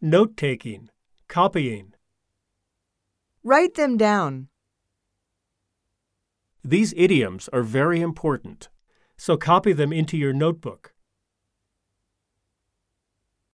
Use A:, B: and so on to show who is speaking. A: Note taking, copying.
B: Write them down.
A: These idioms are very important, so copy them into your notebook.